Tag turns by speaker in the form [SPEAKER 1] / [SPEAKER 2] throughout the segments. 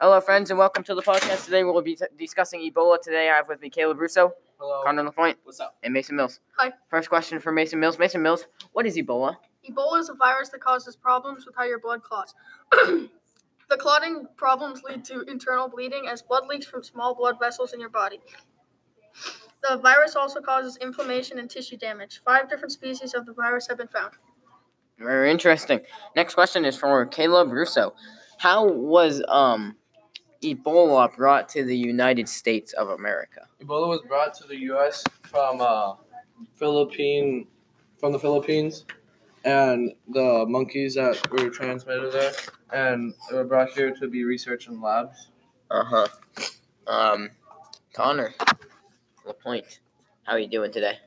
[SPEAKER 1] Hello, friends, and welcome to the podcast. Today we'll be t- discussing Ebola. Today I have with me Caleb Russo,
[SPEAKER 2] Hello.
[SPEAKER 1] Connor LaPointe,
[SPEAKER 2] What's up?
[SPEAKER 1] and Mason Mills.
[SPEAKER 3] Hi.
[SPEAKER 1] First question for Mason Mills. Mason Mills, what is Ebola?
[SPEAKER 3] Ebola is a virus that causes problems with how your blood clots. the clotting problems lead to internal bleeding as blood leaks from small blood vessels in your body. The virus also causes inflammation and tissue damage. Five different species of the virus have been found.
[SPEAKER 1] Very interesting. Next question is for Caleb Russo. How was um, Ebola brought to the United States of America?
[SPEAKER 2] Ebola was brought to the U.S. from uh, Philippine, from the Philippines, and the monkeys that were transmitted there, and they were brought here to be researched in labs.
[SPEAKER 1] Uh huh. Um, Connor LaPointe, how are you doing today?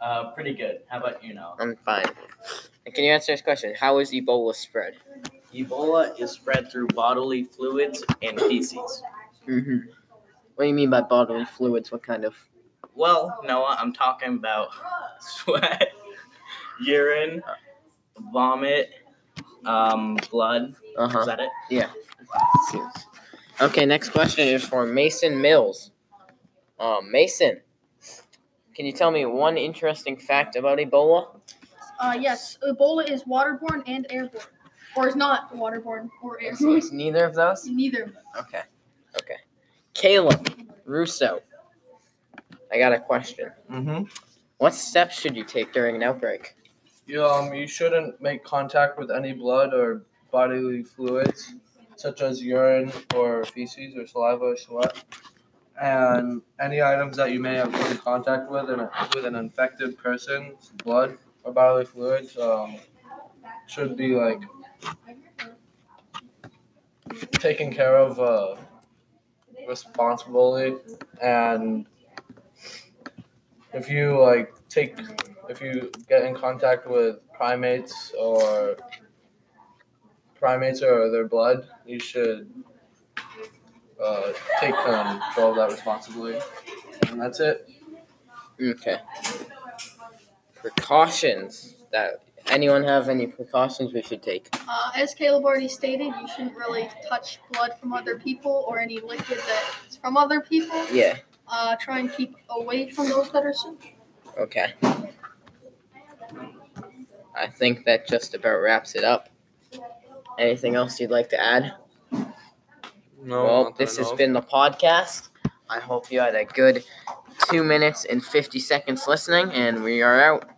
[SPEAKER 4] Uh, pretty good. How about you now?
[SPEAKER 1] I'm fine. And can you answer this question? How is Ebola spread?
[SPEAKER 4] Ebola is spread through bodily fluids and feces.
[SPEAKER 1] Mm-hmm. What do you mean by bodily fluids? What kind of?
[SPEAKER 4] Well, Noah, I'm talking about sweat, urine, vomit, um, blood.
[SPEAKER 1] Uh
[SPEAKER 4] Is that it?
[SPEAKER 1] huh. Okay, next question is for Mason Mills. Um, Mason, can you tell me one interesting fact about Ebola?
[SPEAKER 3] Uh, yes, Ebola is waterborne and airborne. Or is not waterborne or
[SPEAKER 1] It's, it's neither of those.
[SPEAKER 3] Neither of them.
[SPEAKER 1] Okay. Okay. Caleb Russo, I got a question.
[SPEAKER 2] Mm-hmm.
[SPEAKER 1] What steps should you take during an outbreak?
[SPEAKER 2] You um, you shouldn't make contact with any blood or bodily fluids, such as urine or feces or saliva or sweat, and any items that you may have come in contact with and with an infected person's blood or bodily fluids um, should be like taken care of uh, responsibly and if you like take if you get in contact with primates or primates or their blood you should uh, take control of that responsibly and that's it
[SPEAKER 1] Okay. Precautions that anyone have any precautions we should take?
[SPEAKER 3] Uh, as Caleb already stated, you shouldn't really touch blood from other people or any liquid that's from other people.
[SPEAKER 1] Yeah.
[SPEAKER 3] Uh, try and keep away from those that are sick.
[SPEAKER 1] Okay. I think that just about wraps it up. Anything else you'd like to add?
[SPEAKER 2] no
[SPEAKER 1] well, this has been the podcast. I hope you had a good two minutes and 50 seconds listening, and we are out.